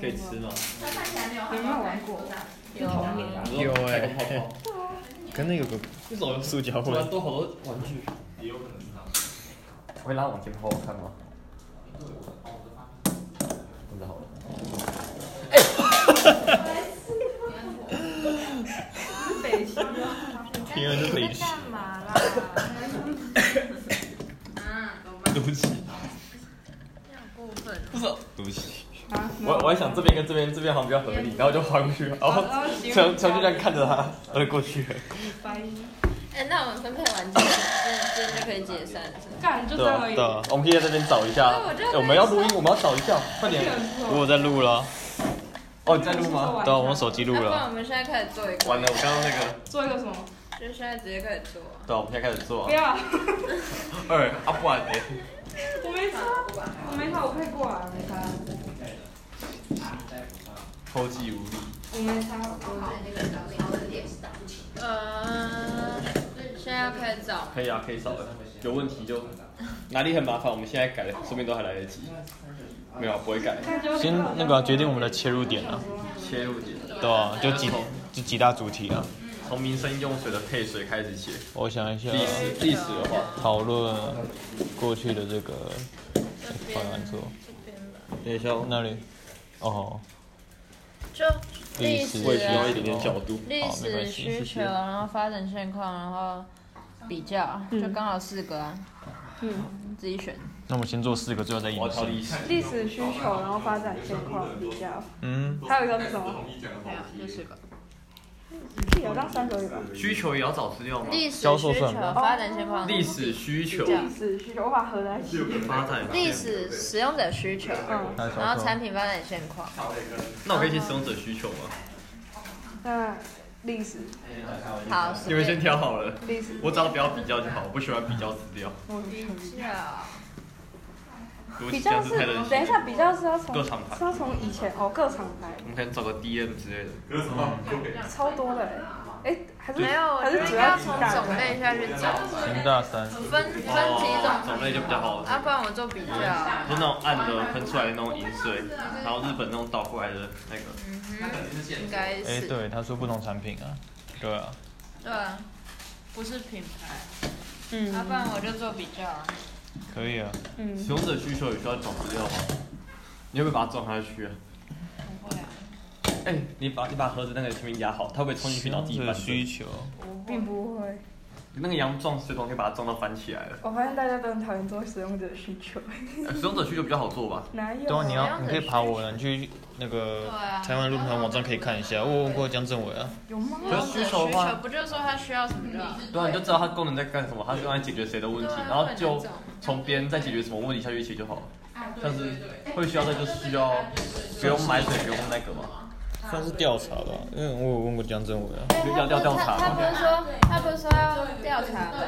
可以吃吗？它看起来没有有很没有玩过？是童年你的。说有欸太空泡泡，跟那个有个这种塑胶突味，然多好多玩具。也有可能是他。会拉往前抛看吗？真的好了。北区的。天啊，这北汽干嘛啦？啊，懂吗？毒气，过分。不是毒气，啊，我我还想这边跟这边这边好像比较合理，然后就划过去，然后哦强强就这样看着他，然后就过去了。翻译。哎、那我们分配完今天，今天就可以解散了。干就对这啊样而已对。啊，我们可以在这边找一下。对我就在哎我们要录音，我们要找一下，快点。我有在录了，哦，你在录吗？对啊，我用手机录那不然了，我们现在开始做一个，完了，我刚刚那个，做一个什么？就现在直接开始做啊。对啊，我们现在开始做不啊。要，二啊，不然嘞，我没擦，我没擦，我配过啊，没擦，后继无力。我没擦，我呃，现在要开始找，可以啊，可以找的。有问题就哪里很麻烦，我们现在改，说不定都还来得及。没有啊，不会改。感觉我先那个啊决定我们的切入点啊，切入点，对啊，就几就几大主题啊，从民生用水的配水开始切。我想一下，历史历史的话，讨论过去的这个这方边案做，这边吧，等一下那里，哦，就历史我也需啊要一点点角度。历好没史关系需求，然后发展现况，然后比较，就刚好四个啊。嗯，自己选。那我们先做四个，最后再我延要挑伸，历史。历史需求，然后发展现况比较。嗯，还有一个是什不么？同意讲的话题。个。屁，我当三个而已吧。需求也要找资料吗？历史需销售求、算吗发展现况、历史需求比较历史需求，我把合在一起。发展。历史使用者需求，嗯，还有然销后售，产品发展现况。那我可以写使用者需求吗？那历史，好，你们先挑好了，历史，我只要不要比较就好，我不喜欢比较资料。我比较。如果比这较样是子太任，性等一下，比较是要从各厂牌是要从以前哦，各厂牌我们可能找个 DM 之类的。有什么就给超多的哎，哎，还是没有，我还觉是得主应该要要几从大种类下去找吧，零大三，分分几种，种类就比较好，啊，不然我做比较。就那种暗的喷出来的那种饮水，然后日本那种倒过来的那个。嗯哼，应该哎，是。对，他说不同产品啊，对啊，对啊，不是品牌，啊，不嗯然我就做比较啊。可以啊，嗯，使用者需求也需要找资料吗？你会不会把它撞下去啊？不会啊，哎、你把你把盒子那个前面压好，它会不会冲进去然后自己这翻个身需？求，并不会。那个羊撞水桶可以把它撞到翻 起来了。我发现大家都很讨厌做使用者需求，呃使用者需求比较好做吧？哪有？对啊，你怎要样的你可以爬我们去那个对啊台湾论坛网站可以看一下，我有问过江政委啊，有吗？可是需求的话，不就是说他需要什么就好？对啊，你就知道它功能在干什么，它是用来解决谁的问题，然后就对啊从别人再解决什么问题下去解就好了。但是会需要的就是需要不用买水，不用那个嘛，算是调查吧，因为我有问过江政委啊，就要要调查他不嘛。是说他不是说要调查吗？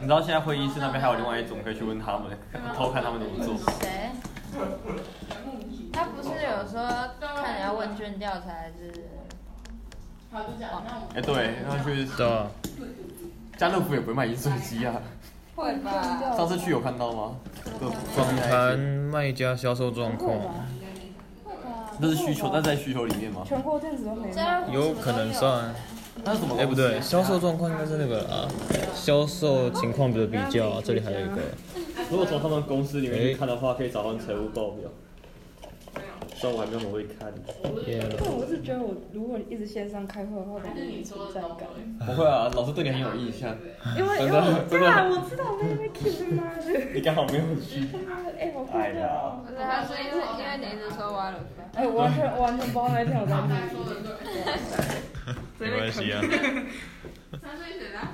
你知道现在会议室那边还有另外一种可以去问他们，啊偷看他们怎么做。谁？他不是有说看你要问卷调查还是？哎、对，然后去对啊，家乐福也不会卖饮水机啊。会吧？上次去有看到吗？访谈卖家销售状况，那是需求，那在需求里面吗？全国电子都没有。家乐福什么都有可能算，那是什么？啊哎不对，销 售状况应该是那个啊，销售情况的比较啊，这里还有一个，哎如果从他们公司里面去看的话，可以找他们财务报表。虽然我还没有很会看，但我是觉得，我如果一直线上开会的话，感觉有存在感。不会啊，老师对你很有印象。因为因为我对啊，我知道我在那边 keep 他妈 的，你哎刚好没有去。他妈的，哎，好哎快乐呀哦！不是，他是因为因为你一直说挖了吧？哎，我完全我完全不知道那天我在哪里。没关系啊，三岁水呢？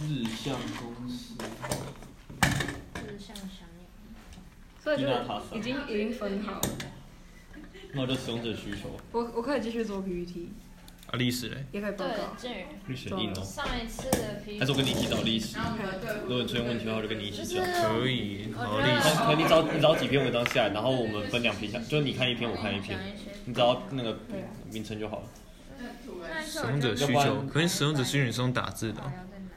日向公司。就是像想你。所以伊就娜塔已森，经已经分好了。那我就使用者需求。我我可以继续做 PPT，啊历史嘞，也可以报对告。，至于历史硬哦，上一次的皮还是我跟你一起找历史。然后我们对如果你出现问题的话，我就跟你一就起是找。可以，好历史，可可你找你找几篇文章下来，然后我们分两篇下，就是你看一篇，我看一篇讲，一些。你只要那个名称就好了。那一次使我用者就需要不求，然可是使用者需求你是用打字的啊，在哪？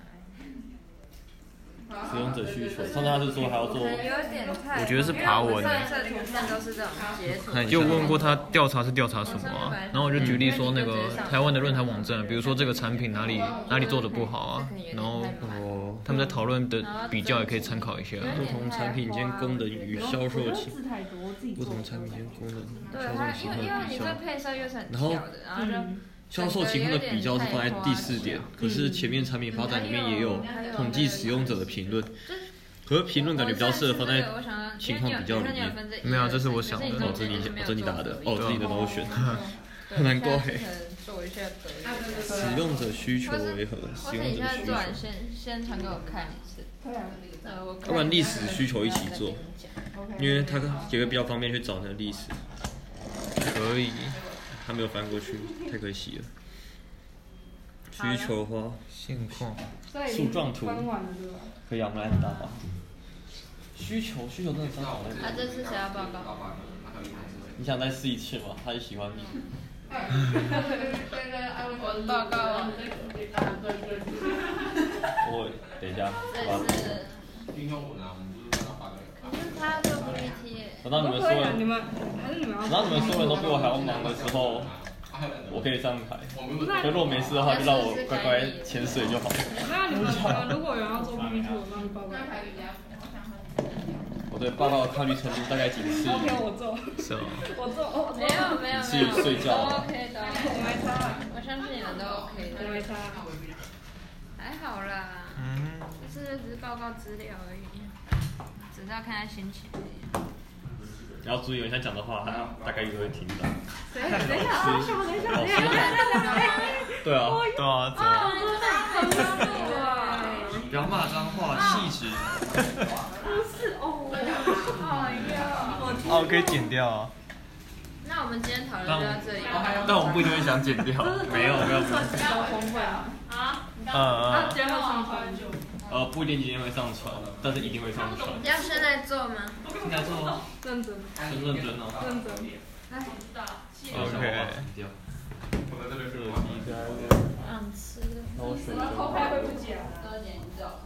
使使用者需求。上次他是说还要做，有点太我觉得是爬文上一次的图片都是这种截图。哎就问过他调查是调查什么啊，然后我就举例说那个台湾的论坛网站，比如说这个产品哪里哪里做的不好啊，然后哦，他们在讨论的比较也可以参考一下。不同产品间功能与销售情，字太多，我自己不同产品间功能对销他售，情因为况的因为你比这较。配色又是很小的，嗯啊然后就销售情况的比较是放在第四点，哦可是前面产品发展里面也嗯嗯有统计使用者的评论，可是评论感觉比较适合放在在情况比较里面。没有这是我想的哦，这是你哦，这是你打的哦，这是你的脑选。 很难过嘿嘿。做一下得意使用者需求为何？或使者用哦你者现需在做求，完先先传给我看一次，对啊呃，我看要不然历史需求一起做然后再跟你，OK，因为他也会比较方便去找那个历史，可以，他没有翻过去，太可惜了。好了需求花现况所以已经树状图翻完了对吧？可以啊，我们来很大方。需求需求真的超好讲啊，这次谁要报告？你想再试一次吗？他就喜欢你。呃我报告，哦我等一下，好吧这次运用文啊，我们就是让它发给人他看。做 PPT，等到你我们可所有以啊，你人，们还是你们要等到你们所有人都比我还要忙的时候，啊还有两个我可以上台。我们不是可如果没事的话，就让我乖乖潜水就好。没有你们呃如果有人要做 PPT，我帮你报 告。我对报告的抗拒程度大概仅次 OK，于我做，是哦，我做，我我做没有没有自己没有，睡觉都 OK 的，我没差啊，我相信你们都 OK 我的，没差啊。还好啦，嗯，就是只是报告资料而已，只是要看他心情而已。你 要注意，我现在讲的话，他大概率都会听到。等一下，等一下，啊什么？等一下，等一下，等一下，对啊，对啊，怎么不要骂脏话，气质。哦可以剪掉啊？那我们今天讨论就到这里哎吧。但我们不一定会想剪掉。没有没有，没有比较崩溃啊！嗯嗯，今天会上传久，呃，不一定今天会上传，但是一定会上传。要现在做吗？应该说 认真，很认真哦。认真。 OK 掉。我们这嗯边是想吃， 那我选偷拍会不剪啊？多点你知道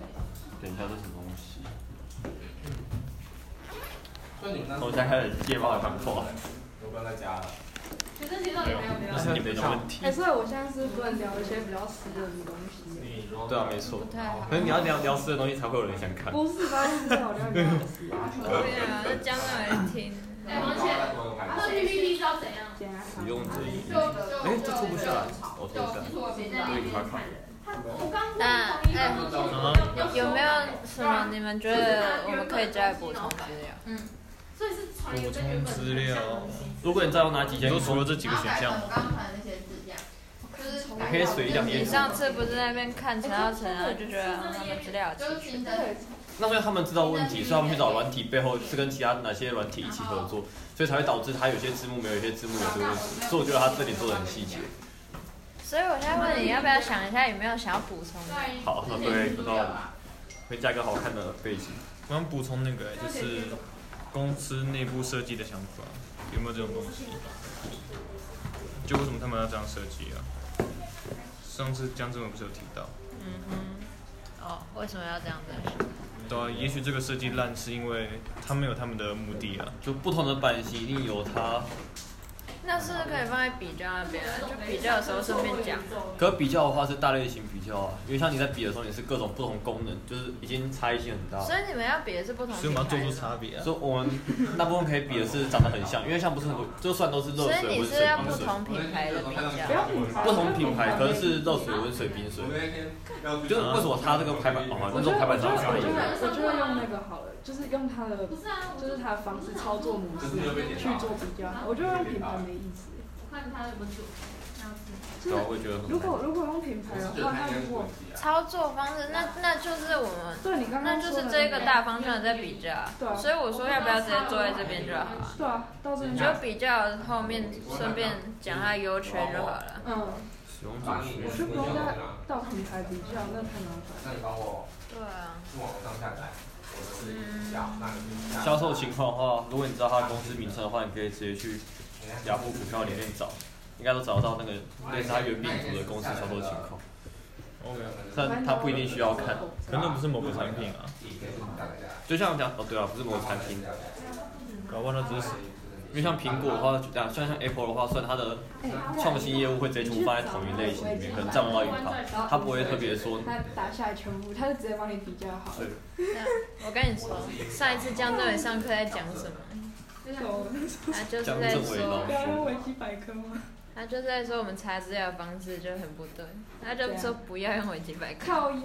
等一下，这什么东西？就你们那我现在开始戒爆糖口 了，我不要再加了。学生其实没有没那是你们的问题。哎，所以我现在是不能聊一些比较私人的东西。你说 对啊，没错。太好。可是你要聊聊吃的东西，才会有人想看。不是吧？我只好聊你老师啊。对啊，那江那人听。哎王倩他说 PPT 是要怎样？剪啊使用者意就见。就哎，这脱不下来，我脱不下就来其。实我没在所那以你快边看看。。我刚刚那哎，啊有没有什么你们觉得我们可以加的补充资料？所以是传一个跟原本很像的东西如果你再用哪几你件，说除了这几个选项然，后改成我刚传的那些字这样，就是从还可以随意两页你。上次不是在那边看陈浩晨，然后就觉得嗯他们资料有就是齐全新。的那所以他们知道问题，所以他们去找软体背后是跟其他哪些软体一起合作，所以才会导致他有些字幕没有，有些字幕有这个问题。所以我觉得他这里做的很细节。所以我现在问你要不要想一下有没有想要补充的？对好那之对前不不知道有啊，会加个好看的背景。我想补充那个欸就是公司内部设计的想法，有没有这种东西？就为什么他们要这样设计啊？上次江志文不是有提到，嗯哼。哦，为什么要这样子？对啊，也许这个设计烂是因为他们有他们的目的啊。就不同的版型一定有它，那是不是可以放在比较那边啊，就比较的时候顺便讲。可比较的话是大类型比较啊，因为像你在比的时候，你是各种不同功能，就是已经差异性很大。所以你们要比的是不同所以品我们要做牌出的。差别啊。所以我们那部分可以比的是长得很像，因为像不是很多，就算都是热所以水、你温是水、要冰不水，同品牌的比不要较。品牌，不同品牌可能是热水、温水、冰水我，们那天要去就是为什么它这个排版哦，那我这种觉得排我版觉上得我觉差异得很大。我觉得用那个好了，就是用它的不，是啊，我就是它的方式操作模式去做比较好。我觉得用品牌没意思。我看他的文组，然后就是我也觉得很如果如果用品牌的话，那如果操作方式，那那就是我们，对你刚那刚就说是的这个大方向在比较啊。对啊所以我说要不要直接坐在这边就好了。对啊，到这你里就比较后面顺便讲它优缺就好了。嗯，使用者把你需要的我就不用那再到品牌比较，那太麻烦。那你帮我对啊，去网上下载，我的是一下，那你下。销售情况的话，如果你知道它的公司名称的话，你可以直接去雅虎股票里面找，应该都找得到那个类似它原病图的公司销售情况。 OK，但它不一定需要看。可能那不是某个产品啊，就像讲哦，对啊，不是某个产品，搞不好那只是因为像苹果的话，就这样，像像 Apple 的话，算它的创新业务会直接全部放在同一类型里面，可能占不到一趴，它不会特别说他打下来全部，他就直接帮你比较好。我跟你说，上一次江政委上课在讲什么？他就是江在政委说老，师。维基百科吗？他就是在说我们查资料的方式就很不对，他就说不要用维基百科，靠呀！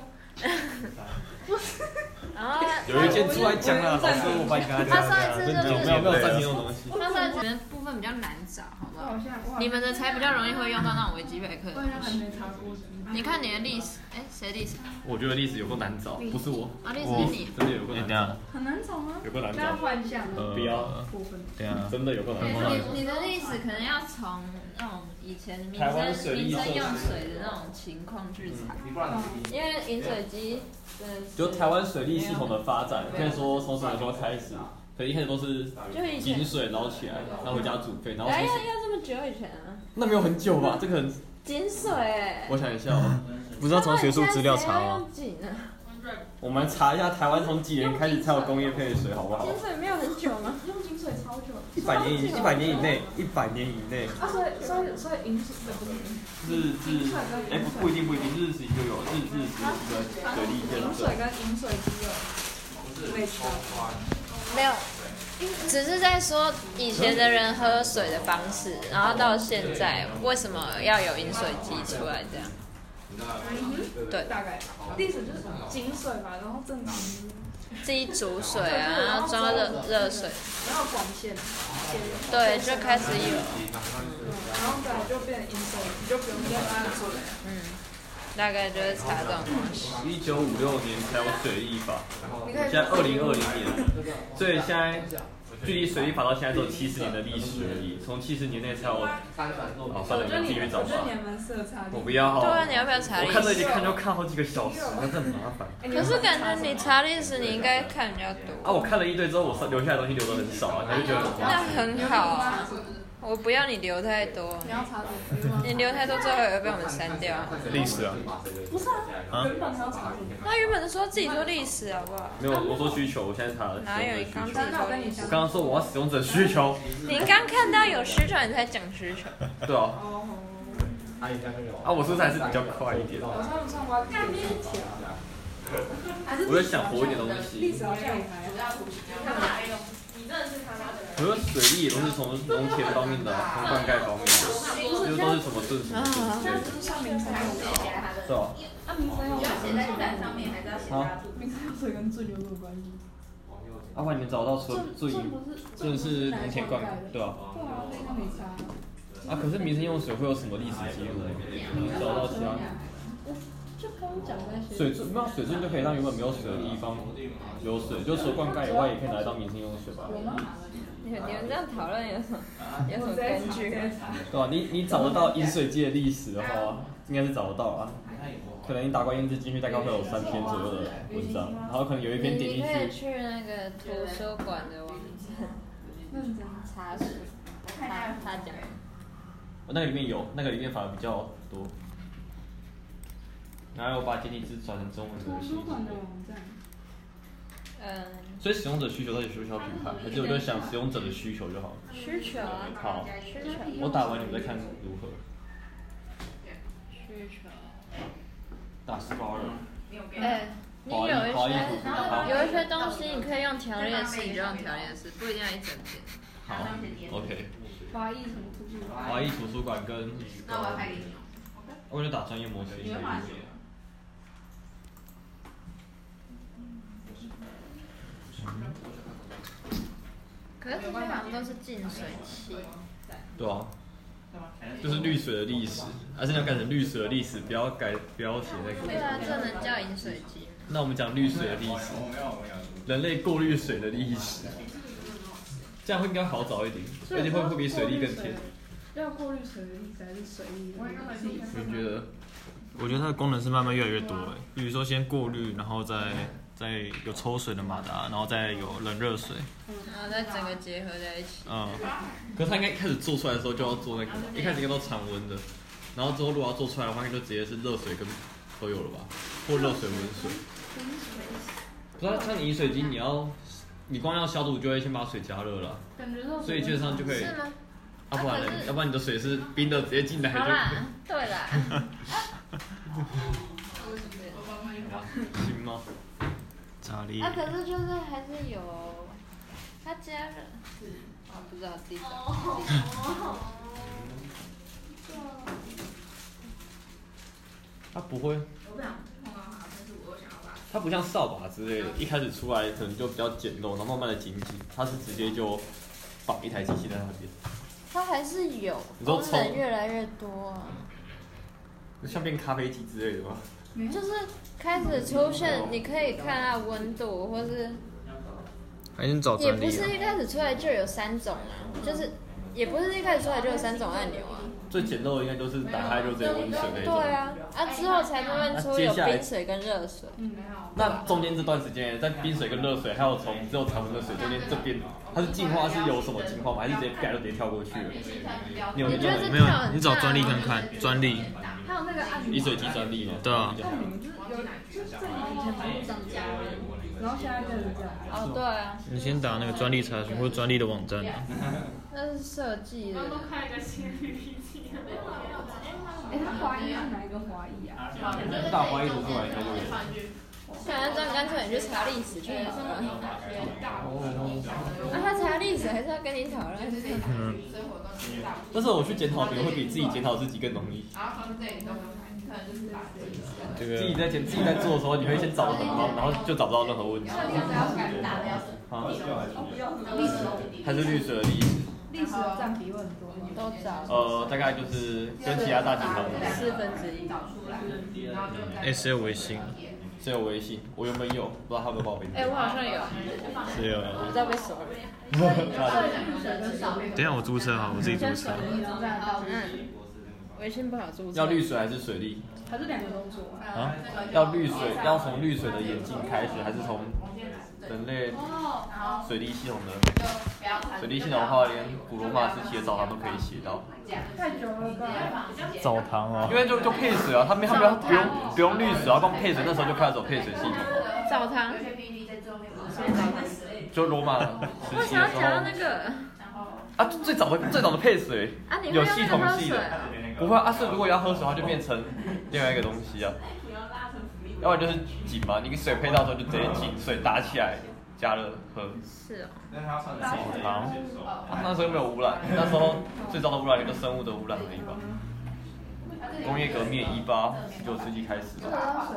然后他有一件出来讲了，老师我帮你跟他他讲上一次就真的有是没有没有算进这种东西？他上一次的部分比较难找，好不好？好像哇你们的才比较容易会用到那种维基百科的我东好像还西。没查过。你看你的历史，哎，谁历史？我觉得历史有够难找，不是我，啊，历史是你。真的有够你难等下找，很难找吗？有够难加找，幻想呃，哦不要部分。等一下，真的有够难找。你你的历史可能要从那种以前民台湾生水利民生设施嗯用水的那种情况去查，你不然你因为饮水机真的是就台湾水利系统的发展，可以说从什么时候开始？可能一开始都是就以前井，水捞起来，然后回家煮沸，然后哎从要此要这么久以前啊，那没有很久吧？这个很，井水哎，我想一下哦，不是要从学术资料那查现在吗？谁要用井啊，我们查一下台湾从几年开始才有工业配水，好不好？井水没有很久吗？用井水超久。一百年以一百年以内，一百年以内，啊，所以所以所以饮水不是日治，哎不不一定不一定，日治就有日治时期的水利建饮设水，跟饮水机有味道。没有，只是在说以前的人喝水的方式，然后到现在为什么要有饮水机出来这样？嗯对，大概历史就是井水嘛，然后正常，自己煮水啊，然后装热热水，然后管线，对，就开始有。然后再来就变成饮水，你就不用再拉水了。嗯，大概就是查这种东西。一九五六年才有水利法，你可以现在二零二零年，所以现在距离水利法到现在只有七十年的历史而已，从七十年内才有。好，算了，我你觉得们自你己去们，找我觉得吧你。还蛮适合查历我史。不要好对了啊，你要不要查我历看这史？一看就看好几个小时，那很麻烦。哎可是感觉你查历史，你应该看比较啊，多。我看了一堆之后，我上留下来的东西留的很少啊，他 就觉得很麻那烦。很好啊，我不要你留太多，你要查什么？你留太多最后也会被我们删掉。历史啊，不是啊，原本还要查什么？那原本说自己做历史啊好不好？没有，我说需求，我现在查了哪使用者有需刚求。才真的，说我跟历你史？讲。我刚刚说我要使用者需 求，你刚看到有需求，你才讲需求。对啊，哦，啊，我是不是还是比较快一点？我算不算我要干面条？我就想活一点东历西。史好像也还好。哎我说水利也都是从农田方面的啊，从灌溉方面的，就是都是什么顺什么顺之类的，就是像明山有水，是吧？啊，明山有水，啊，明山有水跟最牛有关系。阿啊爸，你们找到水最这不是，顺是农田灌溉，对对啊，吧？那个没查。啊，可是民生用水会有什么历史记录呢？你们找到其他？就刚刚讲那些。水圳，那水圳就可以让原本没有水的地方有水，就除了灌溉以外，也可以拿来当民生用水吧？你们你们这样讨论有什么有什么根据？对吧、你你找得到饮水机的历史的话，应该是找得到啊。可能你打关键字进去，大概会有三篇左右的文章，然后可能有一哎你篇点你进可以去，去那个图书馆的网站那你怎么？查询，他他讲。哦那个里面有，那个里面反而比较多。然后我把简体字转成中文的图信书馆的息。网站。嗯，所以使用者需求到底需不需要品牌？还是我就想使用者的需求就好了。需求啊，好，需求，我打完你们再看如何。需求。打四包二，哎，你有一好衣些服，好，有一些东西你可以用条列式，你就用条列式，不一定要一整篇。好，OK。华裔什么图书馆？华裔图书馆跟哦我就打专业模型。可是这些好像都是净水器，对啊，就是绿水的历史，还是要改成绿水的历史，不要改，不要写那对个。啊，这能叫饮水机吗？那我们讲绿水的历史，人类过滤水的历史，这样会应该好找一点，而且会会比水利更贴。要过滤水的意思还是水利的意思？你们觉得？我觉得它的功能是慢慢越来越多哎，比如说先过滤，然后再再有抽水的马达，然后再有冷热水，然后再整个结合在一起。嗯，可是他应该一开始做出来的时啊候就要做那个，一开始应该都常温的，然后之后如果要做出来的话，应该就直接是热水跟都有了吧？或热水、温水。不是啊，像你饮水机，你要你光要消毒就会先把水加热了，感觉到所以基本上就可以。是 吗？啊，不然啊可嘞是要不然你的水是冰的，直接进来好啦就。，对啦，嗯行吗？炸裂啊，可是就是还是有，他加了，我不知道地方。它不会，它不像扫把之类的，一开始出来可能就比较简陋，然后慢慢的紧紧，它是直接就绑一台机器在那边，它还是有你说功从能越来越多啊、像变咖啡机之类的吗？就是开始出现，你可以看它温度，或是还能找也专不利啊是？一开始出来就有三种啊，就是也不是一开始出来就有三种按钮啊。最简陋的应该就是打开就直接温水那种。对啊，啊之后才慢慢出有冰水跟热水。那中间这段时间，在冰水跟热水，还有从只有常温的水中间这边，它是进化是有什么进化吗？还是直接啪就直接跳过去了？你有你没觉得这有没有跳很你找大专利吗看看，专利还有那个按饮钮，水机专利吗？对啊然后现在变成这样。哦，对啊，你先打那个专利查询或者专利的网站啊。那是设计的然。后都开一个新 PPT。哎，他华裔是哪一个华裔啊？大花一读出来应该就有。想要这样，干脆你去查历史就好了。那、啊他查历史还是要跟你讨论。嗯，但是我去检讨别人，会比自己检讨自己更容易。这自己个在检自己在做的时候，你会先找得很忙，然后就找不到任何问题。啊，还是绿水的历史，历史的占比会很多吗？都找呃，大概就是跟其他大集团的，四分之一。 S L 哎微信只有微信，我原本有，不知道他有没有报备。哎、我好像有，是 我有。啊不知道被锁了。等一下我注册好，我自己注册。嗯，微信不好注册。要绿水还是水利？还是两个都做啊？啊？要绿水，哎要从呃绿水的眼睛开始，还是从人类水利系统的？水利系统的话，连古罗马时期的澡堂都可以写到，太久了吧？ 澡堂因哦，为就就配水啊，他们他们要不用不用绿水，然后光配水，那时候就开始走配水系统，澡堂。就罗马我时期想的要时讲到候那个啊，最早的最早的配水啊，你有会用系那个统喝系水的。啊？不会啊，是如果要喝水的话，就变成另外一个东西啊。要不然就是井嘛，你水配到之后就直接井水打起来加热喝。是哦。好，啊那时候又没有污染，那时候最早的污染也就生物的污染而已吧。工业革命一八十九世纪开始吧，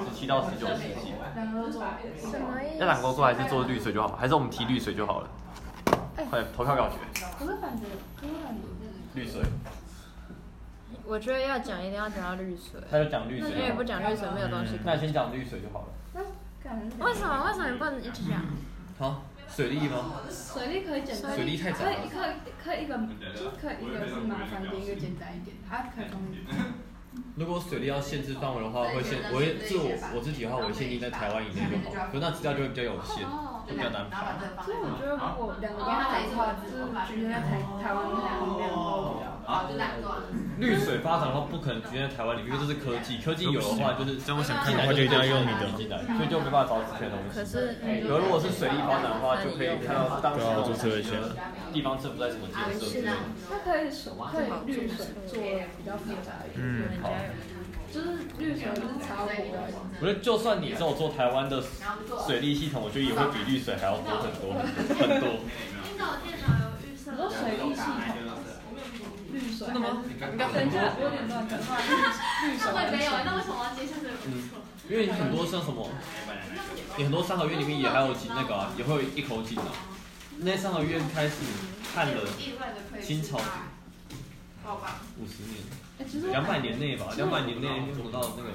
十七到十九世纪。两个都做。什么意思？要染工作还是做绿水就好，还是我们提绿水就好了？快投票给我选可是感觉，可是感觉，绿水。我觉得要讲一定要讲到绿水，他就讲绿嗯因为不讲绿水没有东西。那先讲绿水就好了。那感觉为什么？为什么你不能一起讲？好，水利吗？水利可以简单，水利太杂可了以可以可以一个，就是可以一个是麻烦一点，一个简单一点，啊，可以同意。如果水利要限制范围的话，会限我会自我我自己的话，我会限定在台湾以内就好，可是那资料就会比较有限，就比较难排。所以我觉得如果两个都要讲的话，就是局限在台台湾两两个比较。绿水发展的话，不可能局限在台湾里面，因为这是科技，科技有的话就是这样我想看进的来话就一定要用你就的。进来，所以就没办法找之前的东西。可是嗯可是如嗯果是水利发展的话，就可以看到当时对啊，我注册一下。地方政府在怎么建设之类的。那可以水可以绿水做的比较复杂一点，嗯，人好家有就是绿水就是茶壶的，我觉得就算你是我做台湾的水利系统，我觉得也会比绿水还要多很多很多。很多水利系统绿水。真的吗？应该等很一多，下，有点乱，绿水。 因为很多像什么，你很多三合院里面也还有井那个、啊，也会有一口井啊。那三合院开始看了清朝五十年，哎，其实我两百年内吧，两百年内用得到那个，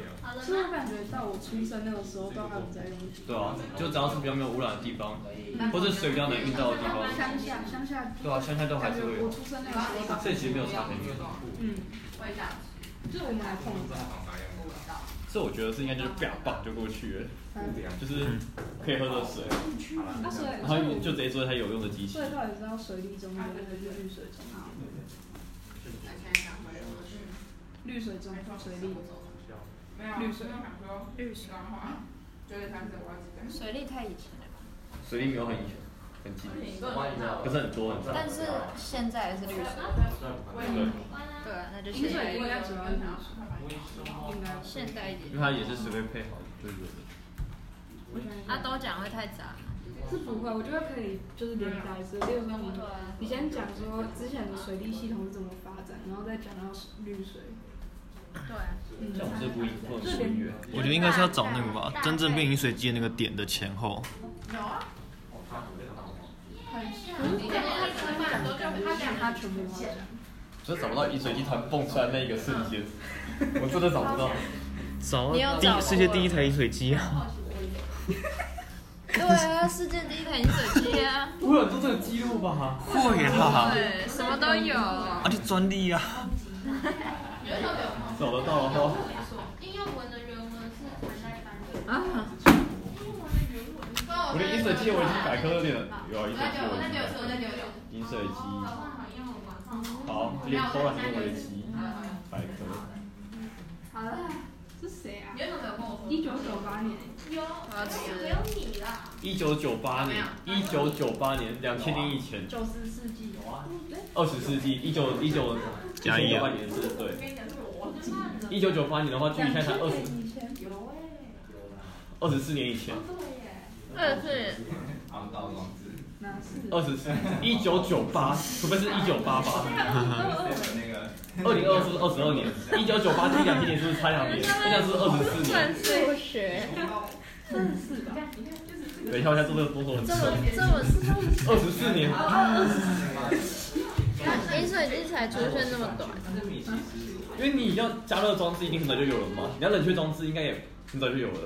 其实我感觉到我出生那个时候都还有在用对啊，就只要是比较没有污染的地方，或者水比较能运到的地方，乡下，乡下对啊，乡下都还感是觉会我有，出生那个时候，所以其实没有差很远。嗯，就是我们还碰到，这我觉得是应该就是啪棒就过去了，嗯，就是可以喝的水，那所以嗯然后你就直接做它有用的机器所。以到底是要水利中间还是绿水中间？绿水中间水利，绿水，绿水，水利太以前了吧，水利没有很以前，很近，不是很多，很少。但是现在也是绿水，对啊，那就饮现水应在，该主要是绿水，应该是。现代一因为点，它也是随便配好的，对对对。啊，都讲会太杂，是不会，我觉得可以就是连带着，例如说你啊你先讲说之前的水利系统是怎么发展，然后再讲到绿水，对啊，嗯，像我们这不一不能疏远，我觉得应该是要找那个吧，真正变饮水机的那个点的前后。嗯他讲他全部讲，真找不到饮水机突然蹦出来那一个瞬间，嗯我真的找不到。找你有啊，找第过世界第一台饮水机啊！对啊，世界第一台饮水机啊，我有做这个记录吧？会啊啦，对，什么都有，而且专利啊，找得到的话，应用文的原文是唐代版本。啊，我的饮水机我已经改科了点了，有啊，饮水机我那已就经有改说，科那了就有。饮水机，早上好像我晚上。哦好，脸收了很多围棋，百科。好了，是谁啊你？为什么没有跟我说？一九九八年，有，我要吃没有你啦。一九九八年，一九九八年，两千年以前，九十世纪，啊嗯二十世纪，一九一九加一九八啊，年是对。我就算了。一九九八年的话，距离现在才二十以前，啊二十四年以前，二是哪是？二十四一九九八，除非是一九八八，二零二是二十二年，一九九八距两千年是不是差两年？现在是二十四算年。数学，等一下，我现在做这个多这少么？这么二十四年，饮水机才出现那么短，因为你要加热装置一定很早就有了嘛，你要冷却装置应该也很早就有了，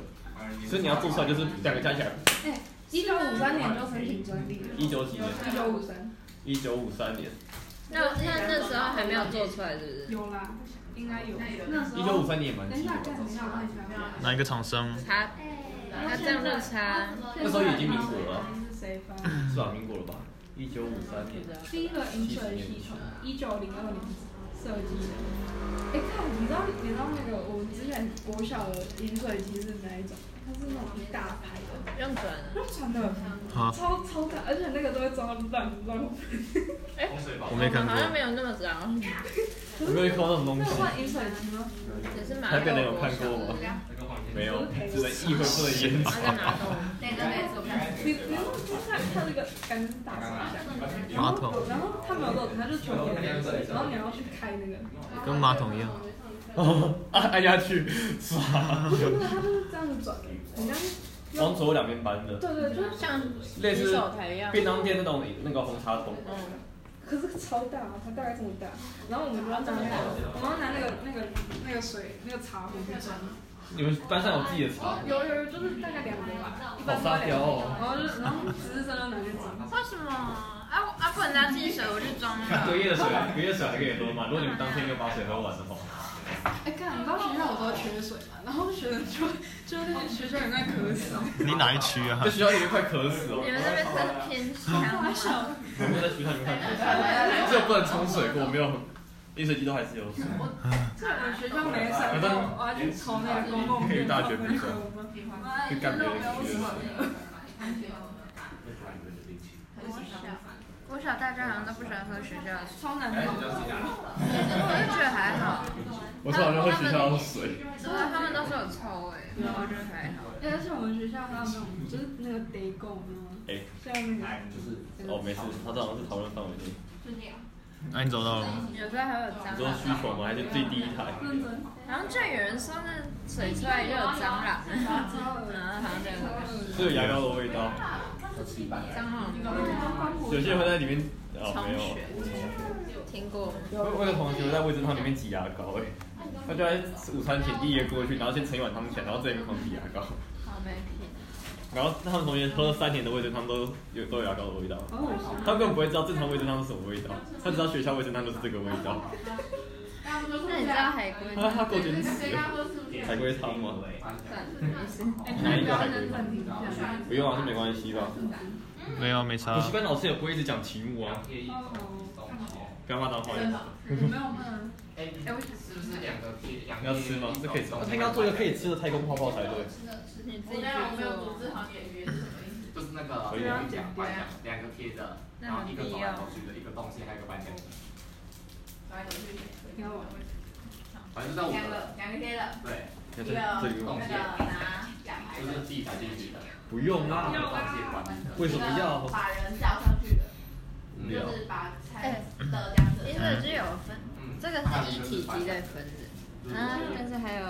所以你要做出来就是两个加起来一九五三年就申请专利了，一九几年，一九五三一九五三年，那那那时候还没有做出来，是不是？有啦，应该有。那时一九候，五三年也蛮哦等近一的下，吧，看等一下，我看一下。哪一个厂商？差，那这样就差，那时候已经民国了，是谁发？是吧？民国了吧？一九五三年，第一个饮水系统，一九零二年设计的。哎、看，你知道你知道那个我们之前国小的饮水机是哪一种？它是那种一大排的，用转了。那传的啊，超超大，而且那个都会装乱乱。我没看好过。像没有那么早，有没有看到那种东那西？换饮水机吗？只是马台豆北人有国看小过吗？没有，只能意会不能言他在马豆，哪个妹子？你你你看它那个感觉是大沙箱，然马后桶有然后它没有漏，它就全部淹水，然后你要去开那个，跟马桶一样。哦， 按按下去，唰，真的它就是这样子转的，你像往左右两边搬的，对对，就是像类洗似手台一样。便当店那种那个红茶桶，嗯，可是超大，啊它大概这么大，然后我们就要拿那个，我们要拿那个那个那个水那个茶壶去装，你们班上有自己的茶，有有有，就是大概两个吧，一好般都沙雕两个，哦。然后就然后只是真的拿去装，为什么？啊我啊，不能拿自己水，我 去装那隔个。夜的 水，隔夜水还可以喝嘛？如果你们当天就把水喝完的话，哎，看你知道学校有时候缺水嘛，然后学生就就那些学校人在渴死，你哪一区啊在？学校里面快渴死 你哦。们那边是偏乡吗？我们在学校里面快渴死，只有不能冲水过，没有饮水机都还是有 水。看我们学校没水，哎然后我要去抽那个公共可以便大当学不装，就干别的学校。我小大家好像都不喜欢喝学校的水，超难哎喝，我就觉得还好。我超想喝学校的水，不过他们都说有臭味，然后我觉得还好。哎而且我们学校还有那种就是那个得狗呢，哎像那个就是哦，没事，他这好像是讨论范围内。那啊你找到了吗？有时候还会有你蟑说螂，需求吗？还是最低一台？认真，然后就有人说那水出来就有蟑螂，超恶然后好像就有是有牙膏的味道。蟑螂有些人会在里面哦，没充有血，，听过吗？我我有个同学在味噌汤里面挤牙膏哎、他就在午餐前第一个过去，然后先盛一碗汤起来，然后在里面狂挤牙膏，好没品。然后他们同学喝了三年的味噌汤都有都有牙膏的味道，好恶心。他根本不会知道正常味噌汤是什么味道，他只知道学校味噌汤就是这个味道，那你知道海龟他汤他够坚持谁了，刚喝数学？海龟汤吗？哎，你不要认真暂停一下。不用啊，这没关系吧？没有，没补差习。班老师也不会一直讲题目啊，哦，不要骂脏话。没有吗？哎，我想吃，是不是两个可以两你要个吃吗？这可以吃吗？那他应该要做一个可以吃的太空泡泡才对。你自我己当然我没有去组做织。好演员是什么意思？就是那个可以板墙，板墙两个贴着，然后一个走来走去的，一个东西，还有一个板墙。走来走去，然后我反正就在我两们个两个贴的，对，一你个看那这这个里有拿假牌就的是，自己踩进去的，不用然后啦，东西管理的。为什么要一个？把人叫上去的，嗯对啊就是把菜的这样子。饮水机有分，嗯这个是以体积在分的，就是啊，但是还有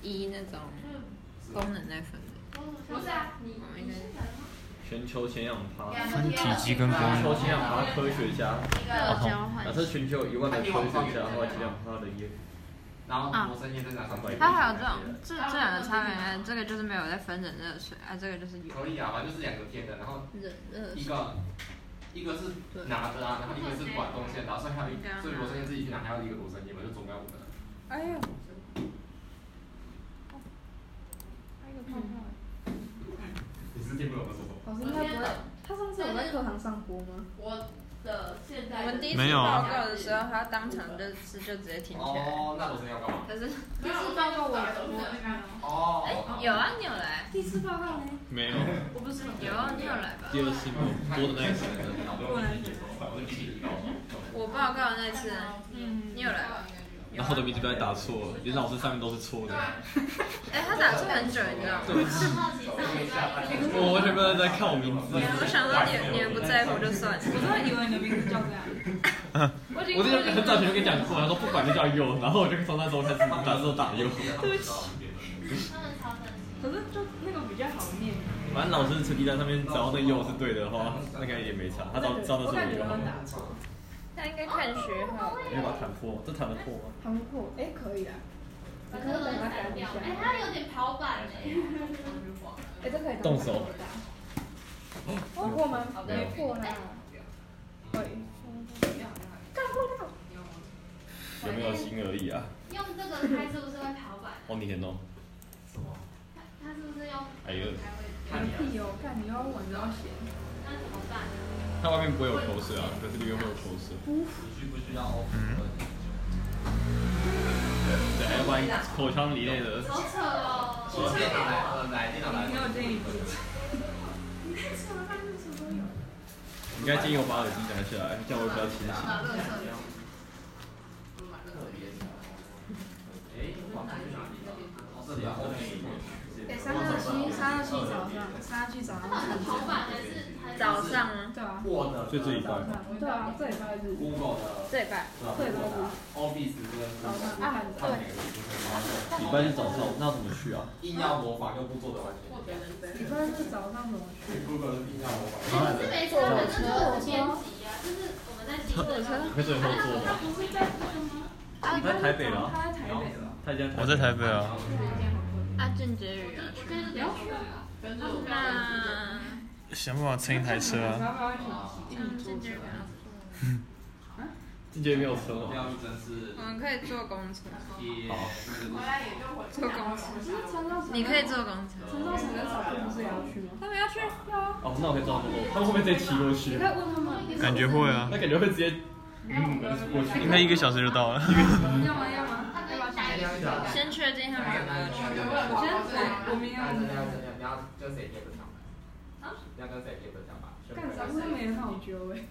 一那种功能在分的。不是啊，你我们应你该是全球前氧趴，两分个贴体的，积跟功全球能，前氧趴科学家，一个交换假设全球有一万个科学家的话，前氧趴的也然后罗森先生拿上去。它还有这种，这这两个差别，这个就是没有在分冷热水啊，这个就是有可以啊，反正就是两个贴的，然后冷热一水。个一个是拿着啊，然后一个是管动线的啊，所以还有一，所以罗森自己去拿，还有一个罗森你们就总共要五个。哎呦，你是听不懂我说什么？老师应该不会，他上次有在课堂上播吗？我的现我在们第一次没有报啊告的时候，他当场就是就直接停起来。哦，那罗森要干嘛？可是第四报告我我那个，哦，有啊，你有来，第四报告呢？没有。我不是有啊，你有来吧？第二次没有多的那一次，我报告那次，嗯你有来吧？然后我的名字被他打错了，连老师上面都是错的，哎，他打错很久，你知道吗？我完全不知道在看我名字。我想说你你们不在乎就算了。我都以为你的名字叫这样。我已经我之前很早前就跟你讲过，他说不管就叫右，然后我就从那时候开始打字都打啊右。对不起。可是就那个比较好念。反正老师成绩单上面只要那右是对的话，那个也没差，他照照的我感是右觉我。打错，他应该看学号。你会把它弹破吗？这弹得破吗？韩国哎可以啊，你可以再把它改一下。哎，他有点跑板哎，哎这可以动手。有过吗？没有没过啦。可以。有没有心而已啊？用这个他是不是会跑板？哦，你填哦。他是不是用？哎呦，很屁哦，干你要稳着写。那怎么办？它外面不会有口水啊，可是里面会有口水。对，要不然口腔里内的。好扯哦！电脑来，呃，来电脑来你。有建议？应该建议我把耳机拿起来，这样我会比较清醒。哎，往这边哪里？哦，这里啊，这里。哎三二七，三二七早上，三二七早上。跑板还是还早上吗？对啊， Word 的就这一早半。上。对啊，这礼拜日。 Google 的这一半。对吧 Office 跟早上啊，对， Google，礼拜日早上，那怎么去啊？硬要模仿又不做的完全。礼拜日早上怎么去？ Google 是硬要模仿。可是没差，反正这个是编辑啊，就是我们在集合。可以最后做吗？不是在吗？啊你在台北了？哦他在台北了。他已经我在台北啊，啊，郑杰宇啊。不要去啊！那想办法蹭一台车啊。嗯，郑杰宇啊。进阶没有车我吗？标真是我们可以坐公车，啊贴。坐公车，陈道成，你可以坐公车。陈道成跟小郑不是也要去吗？他们要去？哦，那我可以照他们他们会不会直接骑过你去可？以问他们，感觉会啊，那感觉会直接，嗯，过去。应该一个小时就到了。要吗？要吗？要不要去？先确定他们有没有去。我先来，我明天要要你问要他们。你要跟谁贴的条码？你要跟谁贴的条码？干啥？他们也很好揪哎。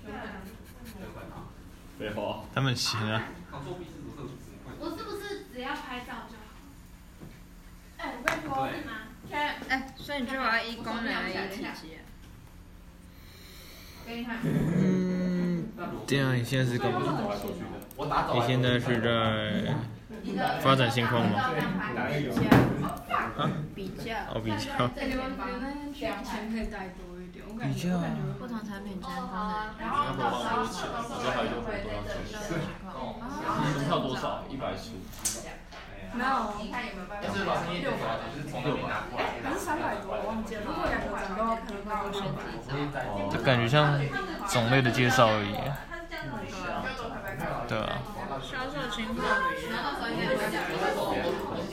废话，他们行啊，我作弊是不是我是不是只要拍照就好？哎，我被偷是吗？哎，所以你就要依功能而已体积啊。给你看，嗯，这样你现在是干嘛？走来走去的？我打走。你现在是在发展现况吗？比较哦，比较哎，你们你们那天去钱可以带多一点，我感啊觉我感觉不同产品参哦，考好的啊，然后到时候你们票多少？一百出。没有，啊你看有没有办法？就是老师一直走来走去，就是从那边拿过来。还是三百多，我忘记了。如果两个整个可能到选两百。几张。这感觉像种类的介绍而已，对啊，销售情况比较。我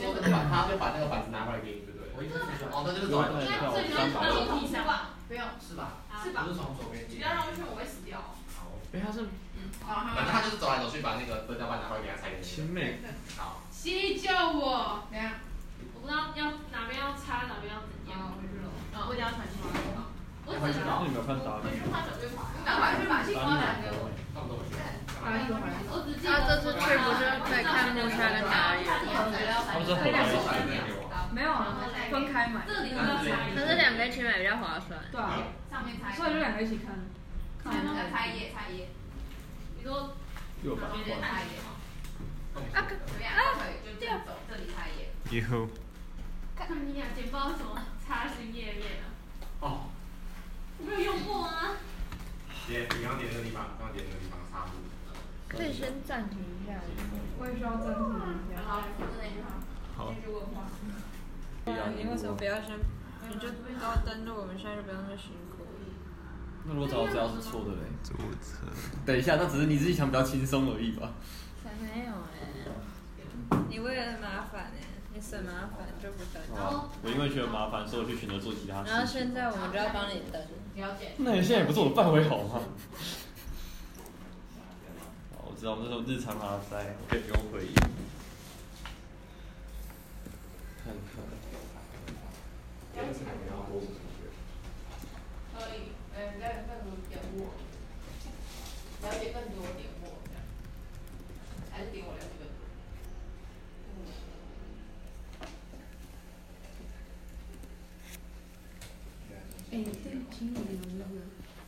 就把他就把那个板子拿回来给你，对不对？我一直说，哦，那就是走来走去，最三帮百。我提吧，不用，是吧？是吧？是从左边不要让我去，我会死掉。好，因为它是反正他就是走来走去，把那个分蛋饭拿回来给他拆进去亲。妹，好，西救我！等一下，我不知道要哪边要擦，哪边要怎样。我一定要传讯息。我只那能你没有看打我理去换手机吧。赶快去把信打理给我。那我们都回去。把一个还给我。我只记得他这次去不是在看木下跟达也，他们是合来小一点给我。没有啊，分开买，这里我要擦一可是两个一起买比较划算。对啊，上面所以就两个一起看。看才才一页，才一页，你说六百这边块，才一页，啊，怎么样？可以，就这样走，这里才一页。以后看你俩简报怎么擦新页面啊？哦，我没有用过啊。点，你要点那个地方，刚刚点那个地方擦布。可以先暂停一下。我也需要暂停一下。好，就那句话，好那，句问话。你为什么不要先？你就不要登录，我们现在就不用再辛苦。那如果找到资料是错的嘞？坐车。等一下，那只是你自己想比较轻松而已吧。才没有哎、你为了麻烦哎、你省麻烦就不登。我因为觉得麻烦，所以我就选择做其他然后事。现在我们就要帮你登，了解。那你现在也不是我的范围好吗？哦我知道我们这种日常拉塞，我可以不用回忆。看看，可以，嗯，了解更多点我，了解更多点我，这样，还是点我了解更多。哎，你对经理的那个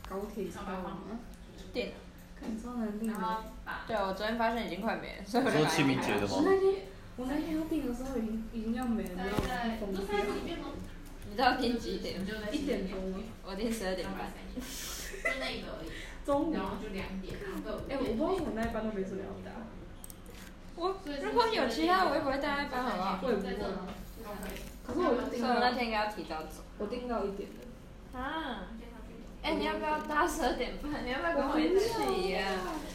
高铁知道吗？点。看超难订然的。后把对，我昨天发现已经快没了，所以我就说把它清明买节的我吗？那天我那天要订的时候已经已经要没了，你知道吗？疯都掉塞在里面吗？你知道订几点你？就在一点多了，我订十二点两百半。三就那个而已，中午。然后就两点，哎，我不知道为什么那一班都没什么要打，我如果有其他，我也不会带那班，好不好？我也不知道。可是我就所以订我那到，天应该要提早走。我订到一点的。啊。哎、你要不要搭十二点半？你要不要跟我一起啊呀、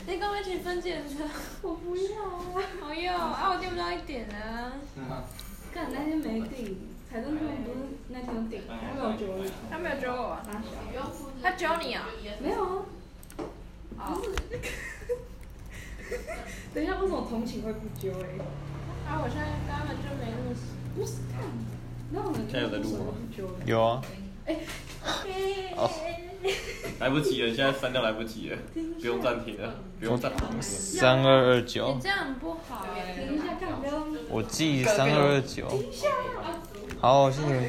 你跟我一起分检车。我不要啊！我要啊，我订不到一点啊。干那天没订，财政他们不是那天有订，他没有揪我，他没有揪我、啊，打小他揪你啊、没有啊。不哦是，等一下，为什么同情会不揪哎、啊，我现在根本就没那么不是看，那我们现在有在录吗不揪哎、有啊，来不及了，你现在删掉来不及了，不用暂停了，不用暂停了。三二二九你，这样不好哎、等一下，干不要我记三二二九。好，谢谢你们。